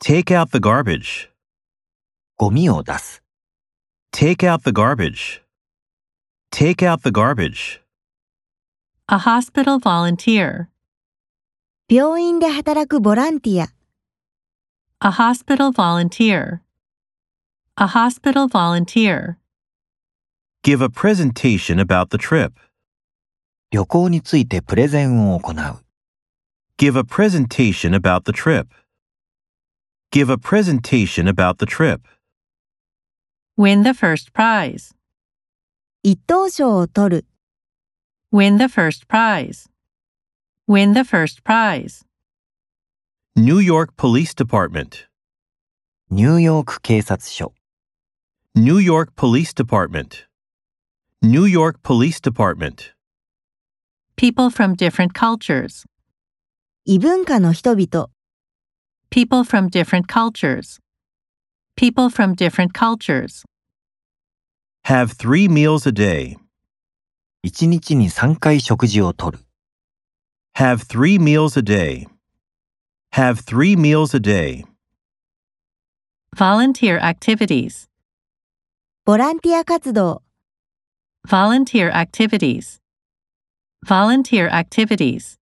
Take out the garbage. ゴミを出す、 Take out the garbage. Take out the garbage. a hospital volunteer, 病院で働くボランティア、 a hospital volunteer, a hospital volunteer, Give a presentation about the trip. 旅行についてプレゼンを行う、 Give a presentation about the trip. Give a presentation about the trip. win the first prize, 一等賞を取る、 win the first prize, win the first prize, New York Police Department. ニューヨーク警察署、 New York Police Department. New York Police Department. people from different cultures, 異文化の人々、 people from different cultures, people from different cultures, Have three meals a day. 1日に3回食事をとる、 Have three meals a day. Have three meals a day. volunteer activities, ボランティア活動、 volunteer activities, volunteer activities.